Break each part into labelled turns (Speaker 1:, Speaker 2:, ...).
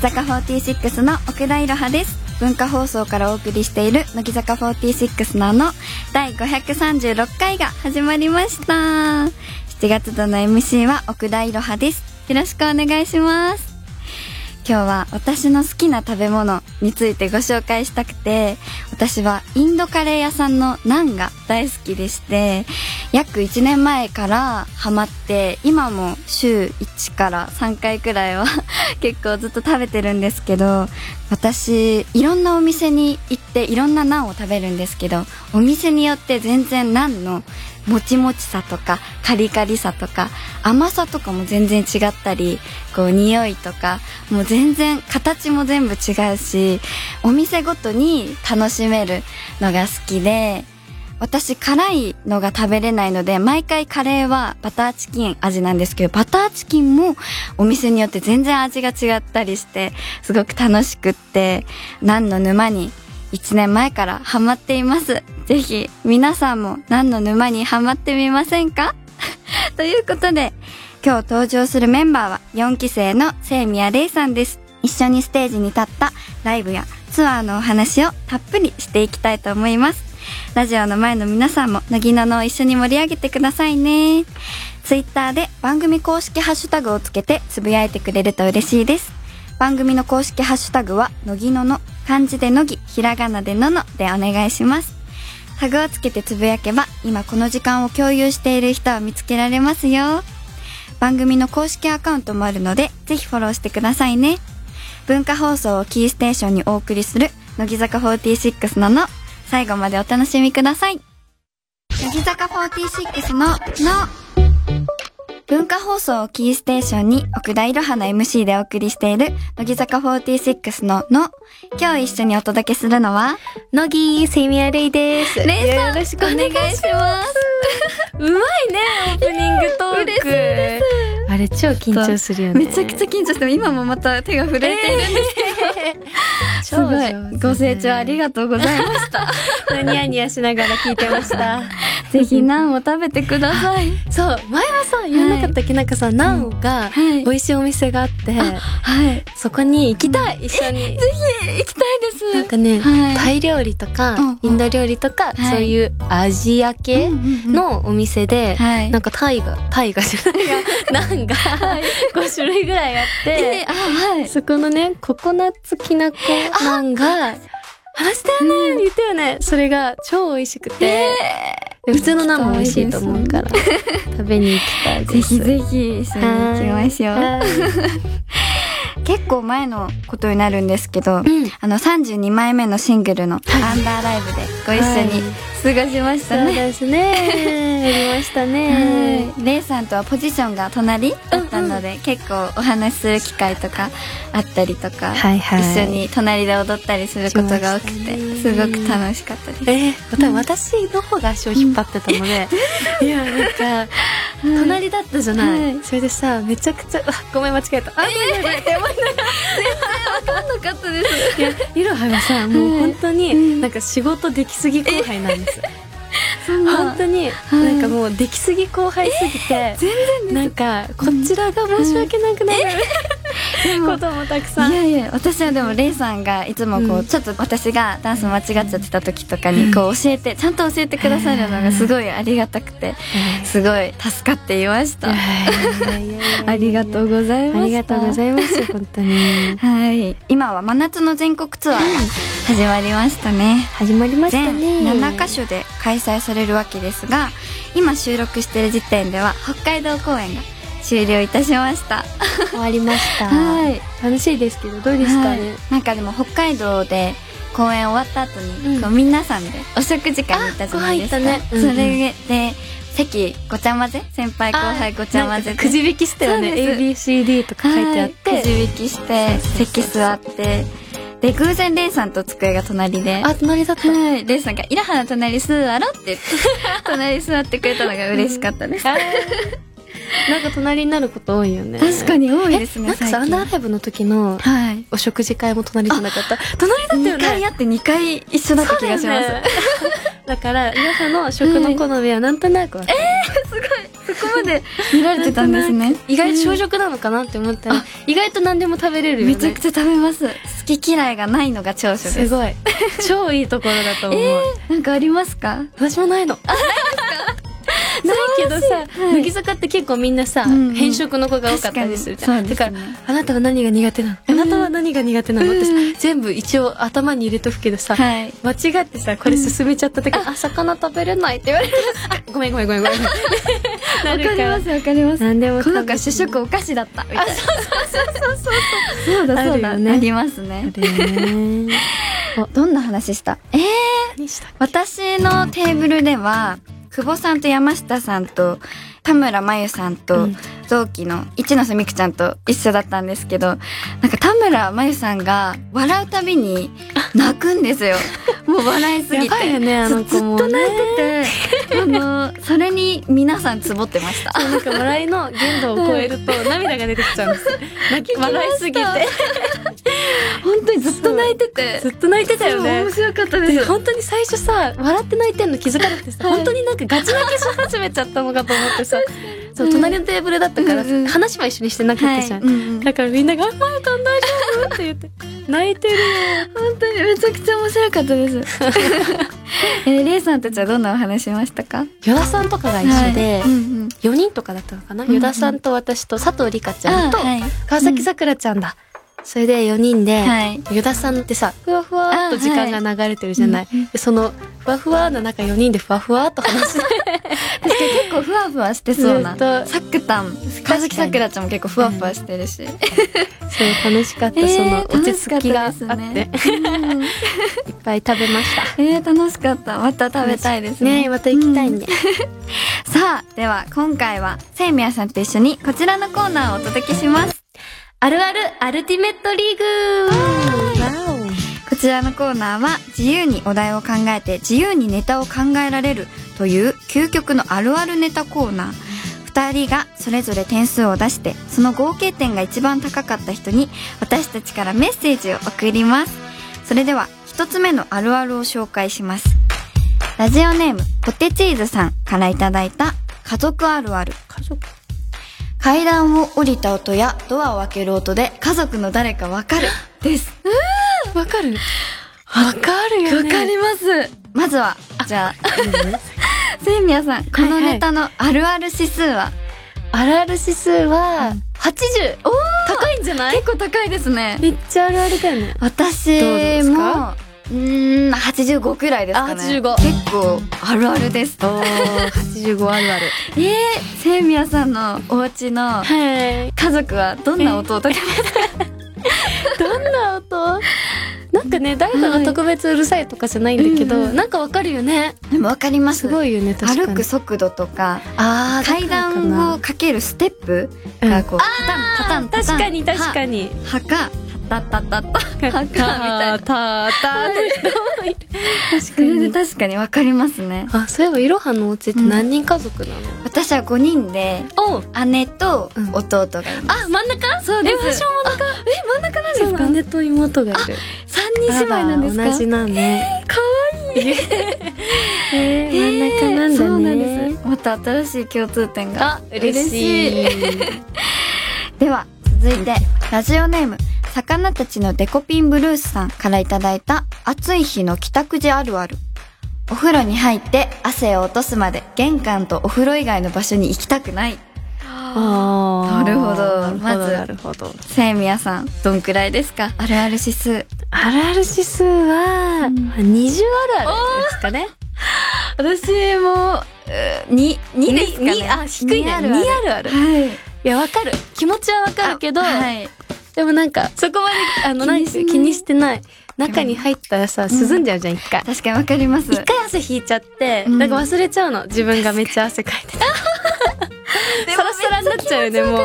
Speaker 1: 坂46の奥田いろはです文化放送からお送りしている乃木坂46のあの第536回が始まりました7月度の MC は奥田いろはですよろしくお願いします今日は私の好きな食べ物についてご紹介したくて私はインドカレー屋さんのナンが大好きでして約1年前からハマって今も週1から3回くらいは 結構ずっと食べてるんですけど私いろんなお店に行っていろんなナンを食べるんですけどお店によって全然ナンのもちもちさとかカリカリさとか甘さとかも全然違ったりこう匂いとかもう全然形も全部違うしお店ごとに楽しめるのが好きで私辛いのが食べれないので毎回カレーはバターチキン味なんですけどバターチキンもお店によって全然味が違ったりしてすごく楽しくって何の沼に1年前からハマっていますぜひ皆さんも何の沼にハマってみませんか ということで今日登場するメンバーは4期生の清宮玲さんです一緒にステージに立ったライブやツアーのお話をたっぷりしていきたいと思いますラジオの前の皆さんも乃木菜のを一緒に盛り上げてくださいねツイッターで番組公式ハッシュタグをつけてつぶやいてくれると嬉しいです番組の公式ハッシュタグは乃木のの漢字で乃木ひらがなでののでお願いしますタグをつけてつぶやけば今この時間を共有している人を見つけられますよ番組の公式アカウントもあるのでぜひフォローしてくださいね文化放送をキーステーションにお送りする乃木坂46のの最後までお楽しみください乃木坂46のの文化放送をキーステーションに奥田いろはの MC でお送りしている乃木坂46のの今日一緒にお届けするのは
Speaker 2: 乃木セミアレイです。
Speaker 1: レイさん
Speaker 2: よろしくお願いします。
Speaker 1: お願いし
Speaker 2: うまいね、オープニングトーク。あれ超緊張するよね。
Speaker 1: めちゃくちゃ緊張して今もまた手が震えているんです
Speaker 2: す
Speaker 1: すごいご清聴ありがとうございました
Speaker 2: と う。ニヤニヤしながら聞いてました。
Speaker 1: ぜひナンを食べてください
Speaker 2: そう、前はさ、言わなかったっけ、なんかさ、ナンが
Speaker 1: はい
Speaker 2: 美味しいお店があって、
Speaker 1: はい
Speaker 2: そこに行きたい、一緒に。
Speaker 1: 行きた
Speaker 2: ないんかね、
Speaker 1: はい
Speaker 2: タイ料理とか、
Speaker 1: うん
Speaker 2: インド料理とか、
Speaker 1: はい
Speaker 2: そういうアジア系のお店で、
Speaker 1: はい
Speaker 2: なんかタイが、タイがじ ゃないが、ナンが5種 類ぐらいあって、
Speaker 1: えあはい
Speaker 2: そこのね、ココナッツきなこなんが、話したよね、言ったよね。それが超美味しくて、で普通のナンも美味しいと思うから、 食べに行きたい
Speaker 1: ぜ
Speaker 2: です。
Speaker 1: ひぜひ一緒に行きましょう結構前のことになるんですけど、
Speaker 2: うん
Speaker 1: あの32枚目のシングルの「アンダーライブ」でご一緒に過ごしまし
Speaker 2: そ
Speaker 1: た
Speaker 2: う
Speaker 1: ね。
Speaker 2: ですね。やりましたね。
Speaker 1: はいレイさんとはポジションが隣だったので、結構お話しする機会とかあったりとか、
Speaker 2: はいはい
Speaker 1: 一緒に隣で踊ったりすることが多くて、
Speaker 2: しました
Speaker 1: す
Speaker 2: ね
Speaker 1: ごく楽しかったです。
Speaker 2: えー、私の方が足を引っ張ってたので、 いやなんか隣だったじゃない、
Speaker 1: はい
Speaker 2: それでさめちゃくちゃうわごめん間違えたあ、
Speaker 1: 楽しかったです
Speaker 2: いやいろはがさもう本当になんか仕事できすぎ後輩なん ですよ
Speaker 1: そん
Speaker 2: 本
Speaker 1: な
Speaker 2: 当になんかもうできすぎ後輩すぎて、なんかこちらが申し訳なくなる
Speaker 1: でも
Speaker 2: こともたく
Speaker 1: い
Speaker 2: さん
Speaker 1: やいや私はでもレイさんがいつもこう、
Speaker 2: うん
Speaker 1: ちょっと私がダンス間違っちゃってた時とかにこう教えてちゃんと教えてくださるのがすごいありがたくてすごい助かっていましたありがとう
Speaker 2: う
Speaker 1: ございました
Speaker 2: ありがとうござい ます本当に
Speaker 1: はい今は真夏の全国ツアーが始まりましたね
Speaker 2: 始まりました
Speaker 1: 全
Speaker 2: ね
Speaker 1: 7カ所で開催されるわけですが今収録している時点では北海道公演が終了いたしました
Speaker 2: 終わりました
Speaker 1: はい
Speaker 2: 楽しいですけどどうでしたね、
Speaker 1: はい、なんかでも北海道で公演終わった後に、
Speaker 2: うん
Speaker 1: こう皆さんでお食事会に行ったじゃないですか、
Speaker 2: あご飯行ったねうんうん
Speaker 1: それで席ごちゃ混ぜ先輩後輩ごちゃ混ぜ
Speaker 2: なん
Speaker 1: で
Speaker 2: かくじ引きしたよね
Speaker 1: そうです
Speaker 2: ABCD とか書いてあって、
Speaker 1: はいくじ引きして席座ってで偶然レイさんと机が隣で
Speaker 2: あ隣だった、
Speaker 1: はい、レイさんが「イラハの隣座ろ」って 言って隣座ってくれたのが嬉しかったです、
Speaker 2: あーなんか隣になること多いよね
Speaker 1: 確かに多いですね
Speaker 2: なんか
Speaker 1: 最
Speaker 2: さアン
Speaker 1: 近
Speaker 2: ダーライブの時の
Speaker 1: はい
Speaker 2: お食事会も隣じゃなかった隣だったよ
Speaker 1: 2回
Speaker 2: ね
Speaker 1: やって2回一緒だった気がします、
Speaker 2: そうだよねだから皆さんの食の好みはなんとなくわかる、
Speaker 1: こまで見られてたんですね。
Speaker 2: 意外と小食なのかなって思ったら、意外と何でも食べれるよね
Speaker 1: めちゃくちゃ食べます。好き嫌いがないのが長所ですす。
Speaker 2: ごい超いいところだと思う、
Speaker 1: なんかありますか
Speaker 2: 私もないのないけどさ、
Speaker 1: い
Speaker 2: 乃木坂って結構みんなさ、
Speaker 1: うんうん
Speaker 2: 偏食の子が多かったりするじゃん、
Speaker 1: 確
Speaker 2: だ
Speaker 1: か
Speaker 2: か
Speaker 1: にそうですね
Speaker 2: らあなたは何が苦手なの、
Speaker 1: うん
Speaker 2: あなたは何が苦手なの、
Speaker 1: うん
Speaker 2: 私全部一応頭に入れとくけどさ、
Speaker 1: はい。
Speaker 2: 間違ってさこれ進めちゃった時、あ魚食べれないって言われてあごめんごめんごめんごめんな
Speaker 1: わ
Speaker 2: る
Speaker 1: かり
Speaker 2: ら
Speaker 1: ますわかります。
Speaker 2: 何でも
Speaker 1: こ
Speaker 2: 食べ
Speaker 1: の子主食お菓子だったみたいな。そうそうそうそうそう。だそうだ。
Speaker 2: あるよね
Speaker 1: ありますね。
Speaker 2: ね
Speaker 1: どんな話したえー
Speaker 2: 何したっけ
Speaker 1: 私のテーブルでは久保さんと山下さんと田村真由さん
Speaker 2: う
Speaker 1: と
Speaker 2: ん
Speaker 1: 同期の一ノ瀬美空ちゃんと一緒だったんですけどなんか田村真由さんが笑うたびに泣くん ですよもう笑いすぎ
Speaker 2: や
Speaker 1: て
Speaker 2: ばいよねあの
Speaker 1: ずず
Speaker 2: 子
Speaker 1: っ
Speaker 2: も
Speaker 1: と泣いててあのそれに皆さんつぼってました
Speaker 2: なんか笑いの限度を超えると涙が出てきちゃうん です。泣き笑いすぎて
Speaker 1: 本当にずっと泣いてて
Speaker 2: ずっと泣いてたよね
Speaker 1: そう面。白かったで
Speaker 2: です本当に最初さ笑って泣いてんの気づかなくてさ、
Speaker 1: はい
Speaker 2: 本当になんかガチ泣きし始めちゃったのかと思ってさそう
Speaker 1: うん
Speaker 2: 隣のテーブルだったから
Speaker 1: うんうん
Speaker 2: 話は一緒にしてなかったじゃん、
Speaker 1: はいうんうん
Speaker 2: だからみんなが「あまゆたん大丈夫?」って言って泣いてるよ
Speaker 1: 本当にめちゃくちゃ面白かったです。 えー、レイさんたちはどんなお話しましたか
Speaker 2: 依田さんとかが一緒で、
Speaker 1: はいうんうん、
Speaker 2: 四4人とかだったのかな依、田さんと私と佐藤里香ちゃんと
Speaker 1: あはい
Speaker 2: 川崎さくらちゃんだ、それで4人で、
Speaker 1: はい。
Speaker 2: ユダさんってさふわふわっと時間が流れてるじゃな
Speaker 1: あ
Speaker 2: い、
Speaker 1: はいうん
Speaker 2: でそのふわふわの中4人でふわふわっと話して
Speaker 1: 確かに結構ふわふわしてそうな。
Speaker 2: ずっと
Speaker 1: さくたん、川崎さくらちゃんも結構ふわふわしてるし。
Speaker 2: そう楽しかった、
Speaker 1: えー
Speaker 2: その落ち着きがあって
Speaker 1: 楽しかったですね
Speaker 2: いっぱい食べました
Speaker 1: えー、楽しかった。また食べたいですね。
Speaker 2: また行きたいね、
Speaker 1: うんさあ、では今回は、せいみやさんと一緒にこちらのコーナーをお届けします。
Speaker 2: あるあるアルティメットリーグわ
Speaker 1: こちらのコーナーは、自由にお題を考えて、自由にネタを考えられるという究極のあるあるネタコーナー。二人がそれぞれ点数を出して、その合計点が一番高かった人に、私たちからメッセージを送ります。それでは、一つ目のあるあるを紹介します。ラジオネーム、ポテチーズさんからいただいた、家族あるある。
Speaker 2: 家族
Speaker 1: 階段を降りた音やドアを開ける音で、家族の誰かわかる。です。
Speaker 2: わかるわかるよ
Speaker 1: わ
Speaker 2: ね
Speaker 1: かります。まずは、じゃ あ、せいみやさん、このネタのあるある指数は、
Speaker 2: あるある指数は80
Speaker 1: おー
Speaker 2: 高いんじゃない
Speaker 1: 結構高いですね。
Speaker 2: めっちゃあるあるだよね
Speaker 1: 私
Speaker 2: どうです
Speaker 1: も
Speaker 2: か
Speaker 1: うーん85くらいですかね
Speaker 2: あ85
Speaker 1: 結構あるあるです
Speaker 2: お85あるある
Speaker 1: えー、せいみやさんのお家の
Speaker 2: はい
Speaker 1: 家族はどんな音を立てます
Speaker 2: どんな音なんかね誰かが特別うるさいとかじゃないんだけど、
Speaker 1: うんうん
Speaker 2: なんかわかるよね
Speaker 1: でもわかります
Speaker 2: すごいよね確かに
Speaker 1: 歩く速度とか
Speaker 2: あー
Speaker 1: 階段を
Speaker 2: だ
Speaker 1: かけるステップ
Speaker 2: からかな
Speaker 1: がこう、パタンパタンパタン
Speaker 2: 確かに確か
Speaker 1: に
Speaker 2: に
Speaker 1: はかたたたた
Speaker 2: タ
Speaker 1: はかみ たいな
Speaker 2: タタタって人もいる確
Speaker 1: そ
Speaker 2: か
Speaker 1: れで
Speaker 2: に
Speaker 1: 確かにわかりますね
Speaker 2: あそういえばいろはのお家って何人家族なの、
Speaker 1: 私は5人で
Speaker 2: おう
Speaker 1: 姉と
Speaker 2: うん
Speaker 1: 弟がいます、
Speaker 2: あ真ん中
Speaker 1: そうです
Speaker 2: え私も真ん中
Speaker 1: え真ん中なん
Speaker 2: そうなの姉と妹がいる
Speaker 1: 三人姉妹なんですか
Speaker 2: あら同じなんね
Speaker 1: か
Speaker 2: わいいえー真ん中なんだね、
Speaker 1: そうなんですまた新しい共通点が
Speaker 2: あ嬉しい
Speaker 1: では続いてラジオネーム魚たちのデコピンブルースさんからいただいた暑い日の帰宅時あるあるお風呂に入って汗を落とすまで玄関とお風呂以外の場所に行きたくない
Speaker 2: あ
Speaker 1: な
Speaker 2: ー
Speaker 1: るほどまず
Speaker 2: なるほど
Speaker 1: せいみやさんどんくらいですかあるある指数
Speaker 2: あるある指数は、
Speaker 1: うん
Speaker 2: 二十あるあるですかね。
Speaker 1: 私も二二ですかね
Speaker 2: にあ低いね。二
Speaker 1: に
Speaker 2: あ
Speaker 1: あ
Speaker 2: る
Speaker 1: るある
Speaker 2: ある。
Speaker 1: はい
Speaker 2: いやわかる。気持ちはわかるけど、
Speaker 1: あはい
Speaker 2: でもなんかそこまであの
Speaker 1: 気
Speaker 2: なん
Speaker 1: に
Speaker 2: か
Speaker 1: しない
Speaker 2: 気にしてない。中に入ったらさ
Speaker 1: ん
Speaker 2: 涼んじゃうじゃん一回。
Speaker 1: 確かにわかります
Speaker 2: 一回汗引いちゃって、
Speaker 1: うん
Speaker 2: なんか忘れちゃうの自分がめっちゃ汗かいてたサラサラになっちゃうよねも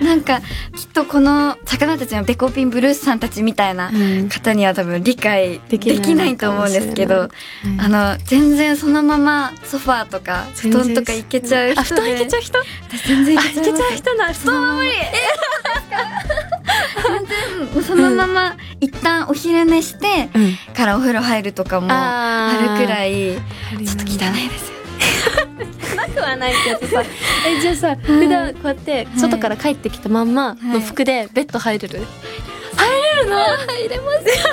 Speaker 2: う、
Speaker 1: なんかきっとこの魚たちのデコピンブルースさんたちみたいな
Speaker 2: うん
Speaker 1: 方には多分理解で
Speaker 2: できない
Speaker 1: きないと思うんですけど
Speaker 2: かもしれない
Speaker 1: あの全然そのままソファーとか布団とかいけちゃう人で
Speaker 2: あ布団いけちゃう人あ
Speaker 1: 私全然い
Speaker 2: いけちゃう人な布団は無理
Speaker 1: うんそのまま一旦お昼寝してからお風呂入るとかもあ
Speaker 2: あー
Speaker 1: るくらいちょっと汚い
Speaker 2: あるよね
Speaker 1: ですよ
Speaker 2: くはないけどさ えじゃあさ、普段こうやって
Speaker 1: はい
Speaker 2: 外から帰ってきたまんまの服でベッド入れる、
Speaker 1: 入れるの入れます。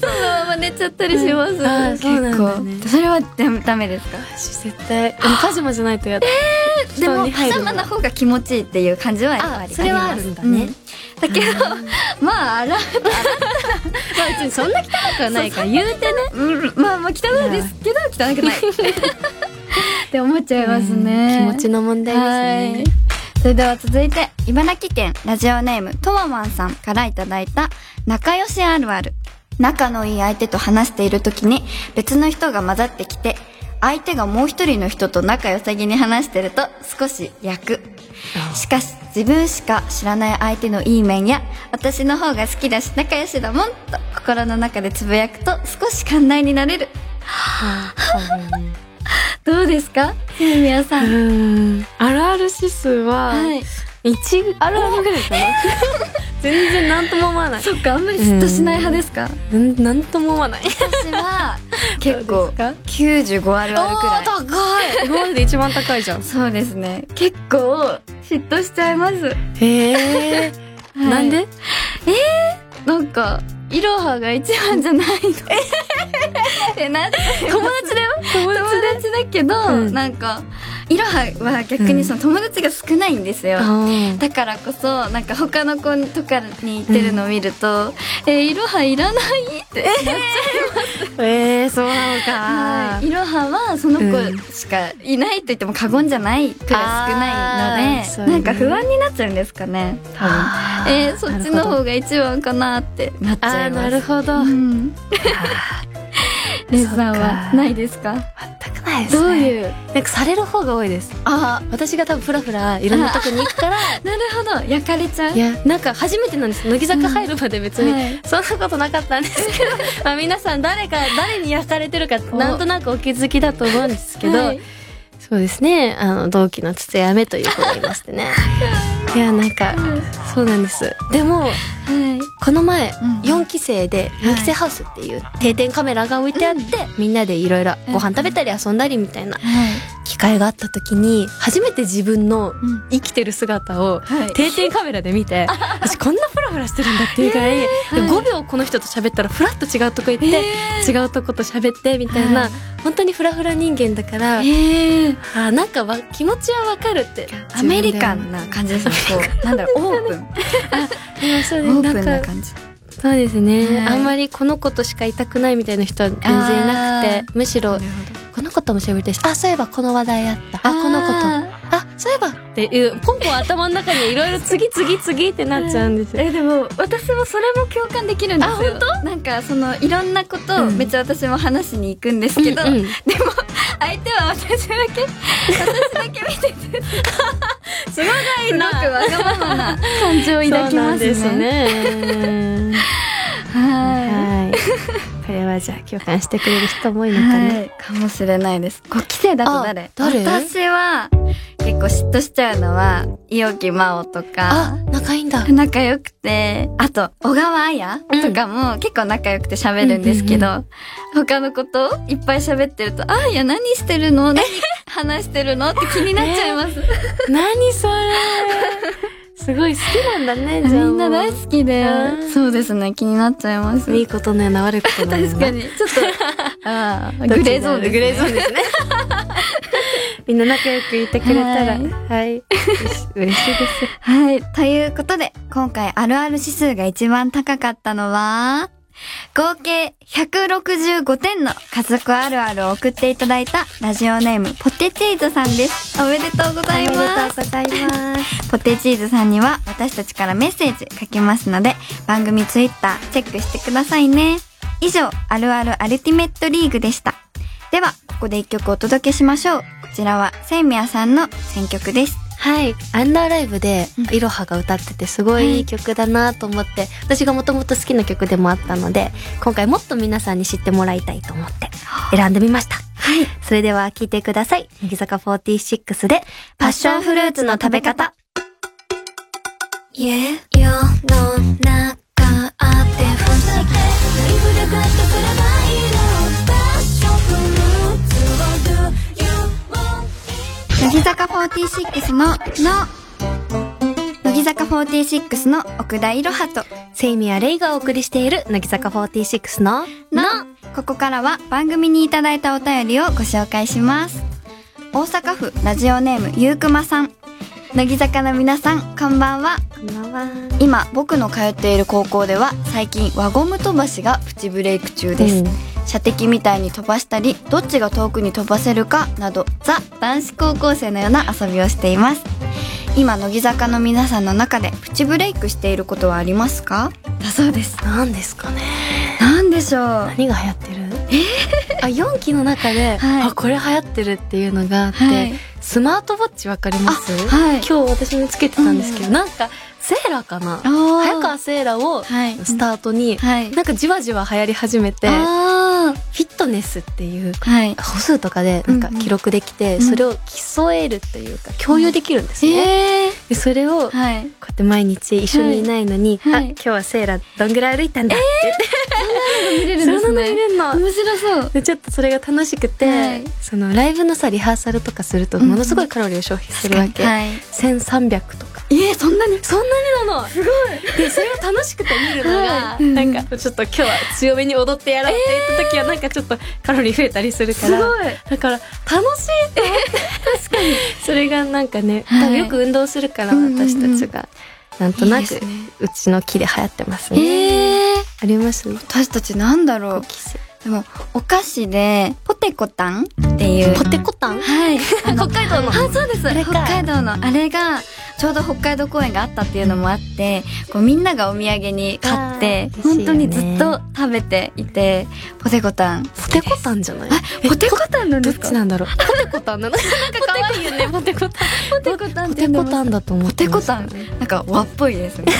Speaker 1: そのまま寝ちゃったりします。
Speaker 2: うんあーそうなんだね
Speaker 1: 結構それはダメダメですか
Speaker 2: 私絶対でもパジャマじゃないとやだ、
Speaker 1: でも
Speaker 2: 布団に
Speaker 1: パ
Speaker 2: 入
Speaker 1: ジ
Speaker 2: る
Speaker 1: ャマの方が気持ちいいっていう感じはやっぱり
Speaker 2: あそれはあるんだね
Speaker 1: ありますうんだけど、まあ洗う
Speaker 2: まあ、別にそんな汚くはないから言うてね
Speaker 1: うんまあまあ汚いですけど汚くない って思っちゃいますね、
Speaker 2: うん気持ちの問題ですね
Speaker 1: はいそれでは続いて茨城県ラジオネームとわまんさんからいただいた仲良しあるある仲のいい相手と話している時に別の人が混ざってきて相手がもう一人の人と仲良さげに話してると少し焼くしかし自分しか知らない相手のいい面や私の方が好きだし仲良しだもんと心の中でつぶやくと少し寛大になれるどうですか清宮さん
Speaker 2: うんあるある指数は
Speaker 1: はい
Speaker 2: 1あるあるぐらいかな 全然何とも思わない
Speaker 1: そっかあんまり嫉妬しない派ですか
Speaker 2: なんなんとも思わない
Speaker 1: 私は結
Speaker 2: ど
Speaker 1: 構
Speaker 2: うですか
Speaker 1: 95あるあるくらい
Speaker 2: おー高い今まで一番高いじゃん
Speaker 1: そうですね結構嫉妬しちゃいます、
Speaker 2: へえ
Speaker 1: はい
Speaker 2: なんで
Speaker 1: なんかいろはが一番じゃないのえなんで友達だよ
Speaker 2: 友
Speaker 1: 友達だけど、
Speaker 2: うん
Speaker 1: なんかいろはは逆にその友達が少ないんですよ、
Speaker 2: あ
Speaker 1: だからこそなんか他の子とかに行ってるのを見ると「えいろはいらない?」って
Speaker 2: ーえー、そうな
Speaker 1: 「
Speaker 2: のか
Speaker 1: はいいろははその
Speaker 2: うん
Speaker 1: 子しかいない」と言っても過言じゃないくらい少ないの
Speaker 2: あー
Speaker 1: で、
Speaker 2: そうね
Speaker 1: なんか不安になっちゃうんですかね多分
Speaker 2: あー
Speaker 1: えーそっちの方が一番かなってなっち
Speaker 2: あ
Speaker 1: ゃ
Speaker 2: ー
Speaker 1: います
Speaker 2: なるほど、
Speaker 1: うん、レイさん
Speaker 2: そっ
Speaker 1: は
Speaker 2: か
Speaker 1: ないですか
Speaker 2: 全くないです
Speaker 1: ど
Speaker 2: ね
Speaker 1: ういう
Speaker 2: なんかされる方が多いです
Speaker 1: あ
Speaker 2: 私が多分フラフラいろんなとこに行くから
Speaker 1: なるほど焼かれちゃう
Speaker 2: いやなんか初めてなんです乃木坂入るまで別に、
Speaker 1: はい
Speaker 2: そんなことなかったんですけど まあ皆さん誰か誰に焼かれてるかなんとなくお気づきだと思うんですけど、
Speaker 1: はい
Speaker 2: そうですねあの同期の筒やめという子がいまし てねいやなんかそうなんですでも
Speaker 1: はい
Speaker 2: この前、
Speaker 1: ん
Speaker 2: 四4期生で
Speaker 1: い
Speaker 2: 4期生ハウスっていう定点カメラが置いてあって、みんなでいろいろご飯食べたり遊んだりみたいな
Speaker 1: はい
Speaker 2: 機会があった時に初めて自分の
Speaker 1: うん
Speaker 2: 生きてる姿を
Speaker 1: はい
Speaker 2: 定点カメラで見て私こんなフラフラしてるんだっていうぐらい、で
Speaker 1: はい
Speaker 2: 5秒この人と喋ったらフラッと違うとこ行って、違うとこと喋ってみたいな、
Speaker 1: はい
Speaker 2: 本当にフラフラ人間だから、
Speaker 1: えー、
Speaker 2: あーなんかわ気持ちはわかるって
Speaker 1: アメリカンな感じですねこうなんだろうオープン
Speaker 2: 自分で思うそうで
Speaker 1: オープ
Speaker 2: す
Speaker 1: ン
Speaker 2: な
Speaker 1: なん
Speaker 2: か
Speaker 1: 感じ
Speaker 2: そうですね、
Speaker 1: はい
Speaker 2: あんまりこの子としかいたくないみたいな人は全然いなく
Speaker 1: あ
Speaker 2: てむしろこの子とも喋りたいしあそういえばこの話題あったあこの子とあそういえばっていうポンポン頭の中にいろいろ次次次ってなっちゃうんですよ。
Speaker 1: えでも私もそれも共感できるんですよ
Speaker 2: あ
Speaker 1: 本当なんかそのいろんなことを
Speaker 2: うん
Speaker 1: めっちゃ私も話しに行くんですけど、
Speaker 2: うんうん
Speaker 1: でも相手は私だけ私だけ見てて
Speaker 2: すご
Speaker 1: すごくわがままな感情を
Speaker 2: い
Speaker 1: 抱きますね
Speaker 2: ね。
Speaker 1: は
Speaker 2: はい。これはじゃあ共感してくれる人も多い
Speaker 1: い
Speaker 2: のか
Speaker 1: は
Speaker 2: ね。
Speaker 1: いかもしれないですご期生だと誰
Speaker 2: あ誰
Speaker 1: 私は結構嫉妬しちゃうのは伊木真央とか
Speaker 2: あ、仲いいんだ。
Speaker 1: 仲良くて、あと、小川彩とかも結構仲良くて喋るんですけど、他のこといっぱい喋ってると、あーや何してる の何話してるのって気になっちゃいます。
Speaker 2: 何それ。すごい好きなんだね。
Speaker 1: み
Speaker 2: じゃあ
Speaker 1: んな大好きで
Speaker 2: あ、ー
Speaker 1: そうですね、気になっちゃいます。
Speaker 2: いいことのような悪いことのような。
Speaker 1: 確かに、ちょっと、 あーグレーゾーンで、
Speaker 2: グレーゾーンですね。 みんな仲良くいてくれたら、
Speaker 1: は
Speaker 2: はいい、嬉し嬉しいです。
Speaker 1: はい。ということで、今回あるある指数が一番高かったのは、合計165点の家族あるあるを送っていただいたラジオネームポテチーズさんです。おめでとうございます。
Speaker 2: とうございます。
Speaker 1: ポテチーズさんには私たちからメッセージ書きますので、番組ツイッターチェックしてくださいね。以上、あるあるアルティメットリーグでした。では、ここで一曲お届けしましょう。こちらは、せいみやさんの選曲です。
Speaker 2: はい、アンダーライブで
Speaker 1: うん
Speaker 2: いろはが歌っててすごいいい曲だなと思って、私がもともと好きな曲でもあったので、今回もっと皆さんに知ってもらいたいと思って選んでみました。はい、それでは聴いてください。乃木坂46でパッションフルーツの食べ方。
Speaker 1: 家世の中あって不思議
Speaker 3: 「パッションフルーツを Do you want it?」
Speaker 1: 46の、の、乃木坂46の奥田いろはと、
Speaker 2: セイミア・レイがお送りしている乃木坂46の
Speaker 1: の、ここからは番組にいただいたお便りをご紹介します。大阪府ラジオネームゆうくまさん。乃木坂の皆さん、こんばんは。
Speaker 2: こんばんは
Speaker 1: 今、僕の通っている高校では、最近輪ゴム飛ばしがプチブレイク中
Speaker 2: で、
Speaker 1: ですす。射的みたいに飛ばしたりどっちが遠くに飛ばせるかなどザ男子高校生のような遊びをしています今乃木坂の皆さんの中でプチブレイクしていることはありますかだそうです
Speaker 2: 何ですかね
Speaker 1: なんでしょう
Speaker 2: 何が流行ってるあ4期の中で、
Speaker 1: はい
Speaker 2: あこれ流行ってるっていうのがあって、
Speaker 1: はい
Speaker 2: スマートウォッチわかります、
Speaker 1: はい
Speaker 2: 今日私もつけてたんですけど、
Speaker 1: うん
Speaker 2: なんかセーラかな
Speaker 1: あ
Speaker 2: 早川セーラを
Speaker 1: はい
Speaker 2: スタートに、
Speaker 1: はい
Speaker 2: なんかじわじわ流行り始めてフ
Speaker 1: あ
Speaker 2: ィットネスっていう
Speaker 1: ーはい
Speaker 2: 歩数とかでなんか記録できて、
Speaker 1: うんうん
Speaker 2: それを競えるというか共有できるんですね、
Speaker 1: え
Speaker 2: でそれをこう
Speaker 1: はい
Speaker 2: やって毎日一緒にいないのに、
Speaker 1: はいはい
Speaker 2: あ今日はセーラどんぐらい歩いたんだって言って、
Speaker 1: 見れ
Speaker 2: そんなの見れんの
Speaker 1: 面白そう
Speaker 2: でちょっとそれが楽しくて、
Speaker 1: はい
Speaker 2: そのライブのさリハーサルとかするとものすごいカロリーを消費するわけ、
Speaker 1: はい
Speaker 2: 1300とか
Speaker 1: えそんなに
Speaker 2: そんなになのすごいでそれを楽しくて見るのが、
Speaker 1: はいうん
Speaker 2: なんかちょっと今日は強めに踊ってやろうって言った時はなんかちょっとカロリー増えたりするからだから楽しいって思って確かにそれがなんかね、
Speaker 1: はい
Speaker 2: 多分よく運動するから
Speaker 1: うんうんうん
Speaker 2: 私たちが、なんとなく
Speaker 1: いいですね
Speaker 2: うちの木で流行ってますね、
Speaker 1: えー
Speaker 2: ありますね
Speaker 1: 私たちなんだろうでもお菓子でポテコタンっていう
Speaker 2: ポテコタン
Speaker 1: はい あの
Speaker 2: 北海道の
Speaker 1: あそうです
Speaker 2: れか
Speaker 1: 北海道のあれがちょうど北海道公演があったっていうのもあってこうみんながお土産に買って
Speaker 2: あー
Speaker 1: 本当にず
Speaker 2: 嬉し
Speaker 1: っ
Speaker 2: いよ
Speaker 1: と食べていてポテコタン
Speaker 2: ポテコタンじゃない
Speaker 1: ポテコタンなんで
Speaker 2: どっ
Speaker 1: すか
Speaker 2: ちなんだろうポテコタンなの なんか可愛いよねポテコタン
Speaker 1: ポテコタン
Speaker 2: ポ
Speaker 1: ってい
Speaker 2: テ
Speaker 1: うの
Speaker 2: コ
Speaker 1: も
Speaker 2: タンだと思
Speaker 1: ポ
Speaker 2: って
Speaker 1: テコ
Speaker 2: ました
Speaker 1: タンなんか和っぽいです ね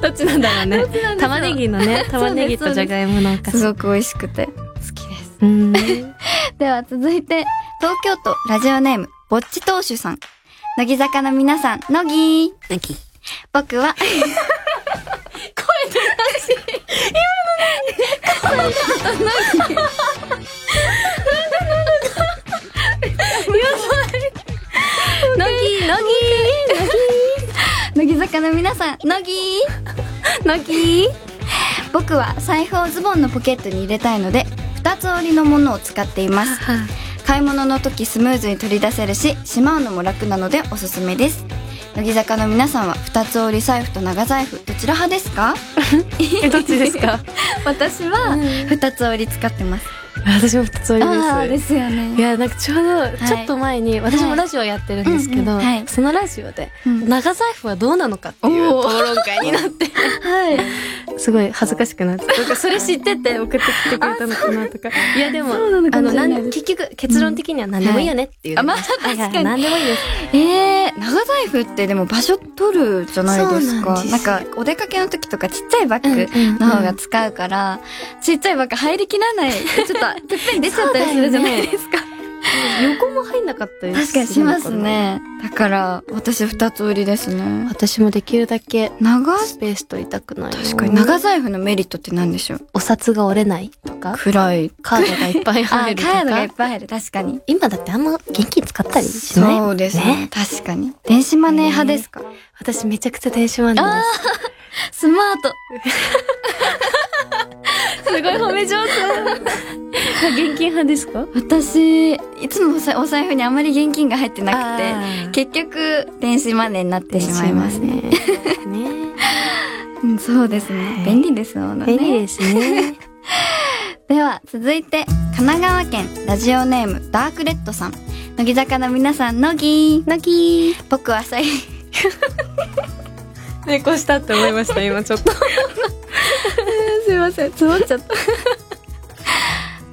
Speaker 2: どっちなんだろうね玉ねぎのね玉ねぎとじゃがいものお菓
Speaker 1: す
Speaker 2: 子
Speaker 1: ごく美味しくて好きです
Speaker 2: うーん
Speaker 1: では続いて東京都ラジオネームぼっち投手さん乃木坂の皆さん乃木
Speaker 2: なんか
Speaker 1: 僕は
Speaker 2: 乃木乃
Speaker 1: 乃木坂の皆さん乃木
Speaker 2: 木乃木
Speaker 1: 僕は財布をズボンのポケットに入れたいので2つ折りのものを使っています買い物の時スムーズに取り出せるししまうのも楽なのでおすすめです乃木坂の皆さんは2つ折り財布と長財布どちら派ですか
Speaker 2: えどっちですか
Speaker 1: 私は
Speaker 2: うん
Speaker 1: 2つ折り使ってます、
Speaker 2: 私も二つ折りです
Speaker 1: ああですよ
Speaker 2: い
Speaker 1: ね
Speaker 2: やなんかちょうどちょっと前に、私もラジオやってるんですけど、
Speaker 1: はいうんうんはい
Speaker 2: そのラジオで、
Speaker 1: うん
Speaker 2: 長財布はどうなのかっていう討論会になって
Speaker 1: はい
Speaker 2: すごい恥ずかしく なってなんかそれ知ってて送ってきてくれたのかなとかいやでも
Speaker 1: そうなのか
Speaker 2: あ
Speaker 1: も
Speaker 2: の
Speaker 1: しれない
Speaker 2: なん結局結論的には何でもいいよねっていうのが、
Speaker 1: うんはいあまあ
Speaker 2: はいはい
Speaker 1: 確かに
Speaker 2: 何でもいいです
Speaker 1: えー、長財布ってでも場所取るじゃないですか
Speaker 2: そうなんですよ
Speaker 1: なんかお出かけの時とかちっちゃいバッグ、
Speaker 2: の
Speaker 1: の方が使うから、ちっちゃいばっか入りきらない、ちょっとてっぺん出ちゃったりするじゃないですか。
Speaker 2: 横も入んなかったり
Speaker 1: 確かにしますね。だから、私二つ売りですね。
Speaker 2: 私もできるだけ
Speaker 1: 長、
Speaker 2: スペース取りたくない
Speaker 1: 確かに長財布のメリットって何でしょう
Speaker 2: お札が折れないとか
Speaker 1: 暗い。
Speaker 2: カードがいっぱい
Speaker 1: あ
Speaker 2: 入、ると
Speaker 1: カードがいっ
Speaker 2: か
Speaker 1: ぱい入る。確かに。
Speaker 2: 今だってあんま現金使ったりしない
Speaker 1: そうですね。確かに。電子マネー派ですか
Speaker 2: 私めちゃくちゃ電子マネーです
Speaker 1: スマート。
Speaker 2: すごい褒め上手 現金派ですか
Speaker 1: 私、いつもお財布にあまり現金が入ってなく
Speaker 2: な
Speaker 1: て、結局、電子マネーになって
Speaker 2: て
Speaker 1: しまいますね。
Speaker 2: ねね
Speaker 1: うんそうですね。
Speaker 2: はい
Speaker 1: 便利ですものね。
Speaker 2: 便利ですね
Speaker 1: では続いて神奈川県ラジオネームダークレッドさん乃木坂の皆さん乃木
Speaker 2: なぎ
Speaker 1: 僕は財布
Speaker 2: 猫したって思い ました今ちょっと
Speaker 1: すいません積もっちゃった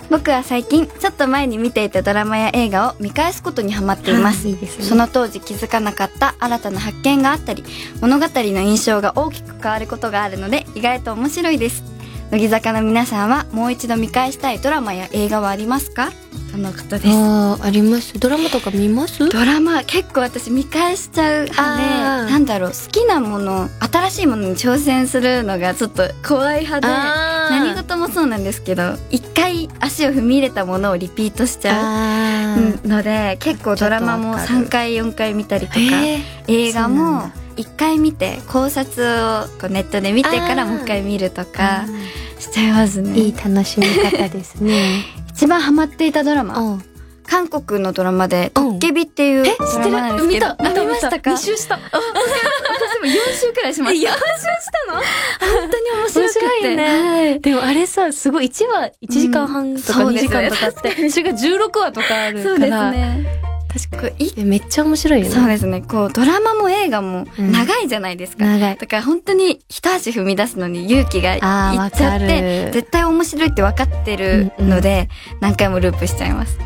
Speaker 1: 僕は最近ちょっと前に見ていたドラマや映画を見返すことにハマっています
Speaker 2: いいですね
Speaker 1: その当時気づかなかった新たな発見があったり物語の印象が大きく変わることがあるので意外と面白いです乃木坂の皆さんはもう一度見返したいドラマや映画はありますかとのことです
Speaker 2: あーありますドラマとか見ます
Speaker 1: ドラマ結構私見返しちゃう派
Speaker 2: あー
Speaker 1: でなんだろう好きなもの新しいものに挑戦するのがちょっと怖い派で
Speaker 2: あー
Speaker 1: 何事もそうなんですけど一回足を踏み入れたものをリピートしちゃう
Speaker 2: あー
Speaker 1: うんので結構ドラマも
Speaker 2: ちょっとわかる
Speaker 1: 3回4回見たりとか
Speaker 2: へー
Speaker 1: 映画
Speaker 2: そうな
Speaker 1: も
Speaker 2: んだ
Speaker 1: 1回見て考察をこうネットで見てから
Speaker 2: あー
Speaker 1: もう1回見るとかしちゃいますね
Speaker 2: いい楽しみ方ですね。
Speaker 1: 一番ハマっていたドラマ
Speaker 2: うん
Speaker 1: 韓国のドラマで「
Speaker 2: うん
Speaker 1: トッケビ」っていうドラマなんですけどあ見ましたか私
Speaker 2: 二
Speaker 1: も
Speaker 2: 周した。
Speaker 1: 4週くらいしま
Speaker 2: い
Speaker 1: した
Speaker 2: や、
Speaker 1: 本当に面白くて
Speaker 2: 面白いねでもあれさ、すごい、1話1時間半とか
Speaker 1: うん
Speaker 2: 2時間とかっ
Speaker 1: そうです
Speaker 2: て、それが16話とかある
Speaker 1: そう
Speaker 2: か
Speaker 1: です
Speaker 2: ら、
Speaker 1: ね
Speaker 2: 確か
Speaker 1: こうい
Speaker 2: に。めっちゃ面白いよね。
Speaker 1: そうですねこうドラマも映画も
Speaker 2: うん
Speaker 1: 長いじゃないですか、
Speaker 2: 長い。
Speaker 1: だから本当に一足踏み出すのに勇気がいっち
Speaker 2: あー
Speaker 1: ゃって
Speaker 2: わかる
Speaker 1: 絶対面白いって分かってるので、何回もループしちゃいます。
Speaker 2: う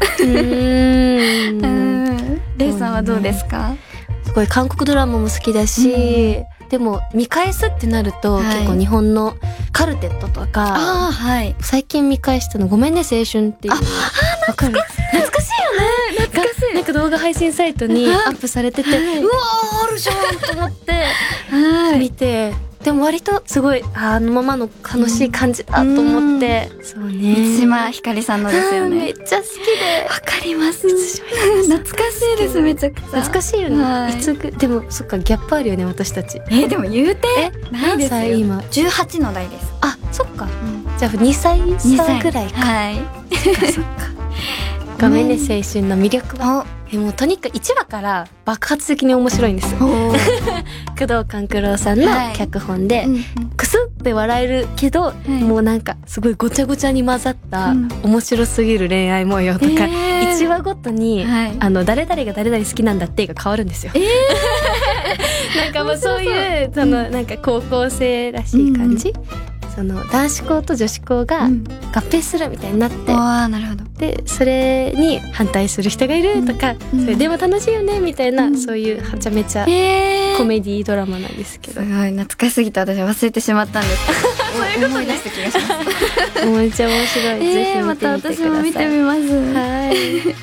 Speaker 1: う
Speaker 2: ー。
Speaker 1: んんレイさんはどうですか？
Speaker 2: すごい、韓国ドラマも好きだし、でも、見返すってなると、
Speaker 1: はい
Speaker 2: 結構日本のカルテットとか、
Speaker 1: あーはい。
Speaker 2: 最近見返したの、ごめんね、青春っていう。わかる懐かしいよね懐かしいなんか動画配信サイトに
Speaker 1: はい
Speaker 2: アップされてて、
Speaker 1: はいう
Speaker 2: わーあるじゃんと思って
Speaker 1: は
Speaker 2: 見て、でも割とすごいあーあのままの楽しい感じだと思って、そうね
Speaker 1: 満島ひかりさんのですよ
Speaker 2: うんめ
Speaker 1: ね
Speaker 2: っ。ちゃ好きで
Speaker 1: わかります。懐かしいですめちゃくちゃ。
Speaker 2: 懐か
Speaker 1: しい。
Speaker 2: しいよね、
Speaker 1: はい
Speaker 2: い、つぐでもそっかギャップあるよね私たち
Speaker 1: えーでも言うて
Speaker 2: え
Speaker 1: ないです
Speaker 2: 何歳
Speaker 1: よ。
Speaker 2: 今
Speaker 1: 十八の代です。
Speaker 2: あそっか
Speaker 1: うん
Speaker 2: じゃあ2歳
Speaker 1: 二
Speaker 2: 差ぐらいか
Speaker 1: はい。
Speaker 2: 画面で青春の魅力は、
Speaker 1: お
Speaker 2: えもうとにかく1話から爆発的に面白いんですよ
Speaker 1: おー。
Speaker 2: 工藤官九郎さんの脚本で、
Speaker 1: うんうん
Speaker 2: クスって笑えるけど、
Speaker 1: い
Speaker 2: もうなんかすごいごちゃごちゃに混ざった
Speaker 1: うん
Speaker 2: 面白すぎる恋愛模様とか、
Speaker 1: えー
Speaker 2: 1話ごとに、
Speaker 1: はい
Speaker 2: あの誰々が誰々好きなんだってが変わるんですよ。 なんかもうそういうそのなんか高校生らしい感じ、その男子校と女子校が
Speaker 1: う
Speaker 2: 合
Speaker 1: ん
Speaker 2: 併するみたいになって、
Speaker 1: ああなるほど。
Speaker 2: でそれに反対する人がいるとか、
Speaker 1: うん
Speaker 2: それでも楽しいよねみたいな、
Speaker 1: うん
Speaker 2: そういうはちゃめちゃ
Speaker 1: え
Speaker 2: コメディドラマなんですけ
Speaker 1: す
Speaker 2: ど
Speaker 1: ごい懐かしすぎて私忘れてしまったんです けど思い出した気がします
Speaker 2: めっちゃ面白い。ぜ
Speaker 1: え
Speaker 2: ひ
Speaker 1: ー
Speaker 2: 見
Speaker 1: ま
Speaker 2: て
Speaker 1: た
Speaker 2: みて
Speaker 1: 私
Speaker 2: くだ
Speaker 1: も
Speaker 2: さい。
Speaker 1: 見てみます
Speaker 2: はい。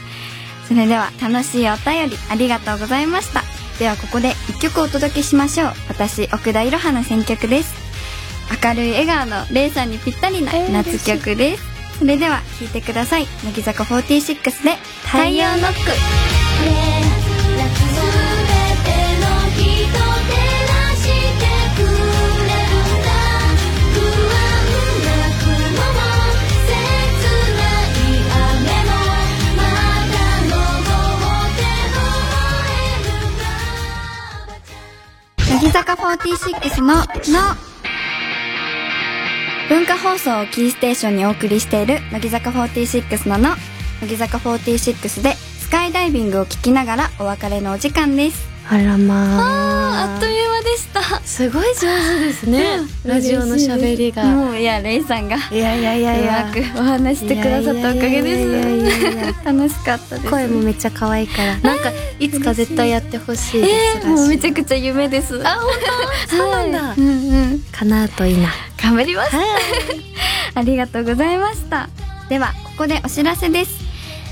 Speaker 1: それでは楽しいお便りありがとうございましたではここで一曲お届けしましょう私奥田いろはの選曲です明るい笑顔のレイさんにぴったりな
Speaker 2: えー
Speaker 1: 夏曲です、それでは聴いてください乃木坂46で「太陽ノッ
Speaker 3: 「すべての人照ら
Speaker 1: ク」
Speaker 3: して」くれるんだ」「不安な雲も切ない雨もまた登って吠えるんだ」
Speaker 1: 乃木坂46の「の」文化放送をキーステーションにお送りしている乃木坂46の「の」乃木坂46でスカイダイビングを聞きながらお別れのお時間です
Speaker 2: あらまあ。
Speaker 1: いう間でした
Speaker 2: すごい上手ですね。ラジオの喋りが。
Speaker 1: もういやレイさんが
Speaker 2: いやいやいうや
Speaker 1: まくお話してくださったおかげ
Speaker 2: いやいやいやいやい
Speaker 1: で
Speaker 2: や
Speaker 1: す楽しかったです
Speaker 2: 声もめっちゃ可愛いから。なんかいつか絶対やってほしいで
Speaker 1: え
Speaker 2: す。
Speaker 1: ー、もうめち
Speaker 2: ゃ
Speaker 1: ゃくちゃ夢ですあ本当
Speaker 2: そうなんだ
Speaker 1: うんうん
Speaker 2: 叶うといいな。
Speaker 1: 頑張ります
Speaker 2: はい。
Speaker 1: ありがとうございました。では、ここでお知らせです。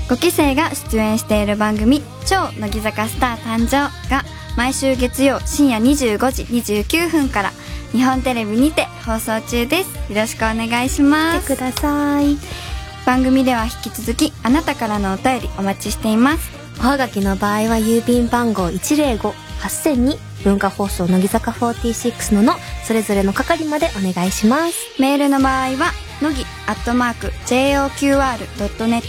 Speaker 1: 5期生が出演している番組、超乃木坂スター誕生が、毎週月曜深夜25時29分から、日本テレビにて放送中です。よろしくお願いしま
Speaker 2: 来
Speaker 1: す
Speaker 2: てく。ださい。
Speaker 1: 番組では引き続き、あなたからのお便りお待ちしています。
Speaker 2: おはがきの場合は郵便番号105-8002文化放送乃木坂46ののそれぞれの係までお願いします。
Speaker 1: メールの場合は、のぎ、アットマーク、joqr.net、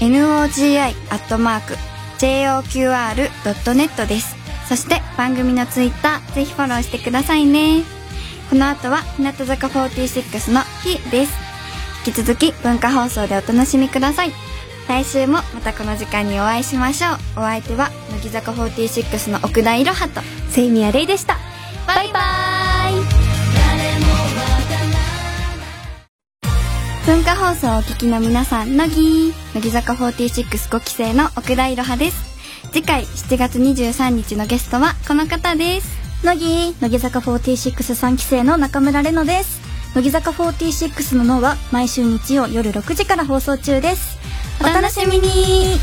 Speaker 1: nogi、アットマーク、joqr.net です。そして、番組のツイッター、ぜひフォローしてくださいね。この後は、日向坂46の日です。引き続き、文化放送でお楽しみください。来週もまたこの時間にお会いしましょう。お相手は、乃木坂46の奥田いろはと、
Speaker 2: セイミアレイでした。
Speaker 1: バイバイ文化放送をお聞きの皆さん、乃木乃木坂465期生の奥田いろはです。次回7月23日のゲストはこの方です。乃木乃木坂463期生の中村れのです。乃木坂46の脳は毎週日曜夜6時から放送中です。お楽しみに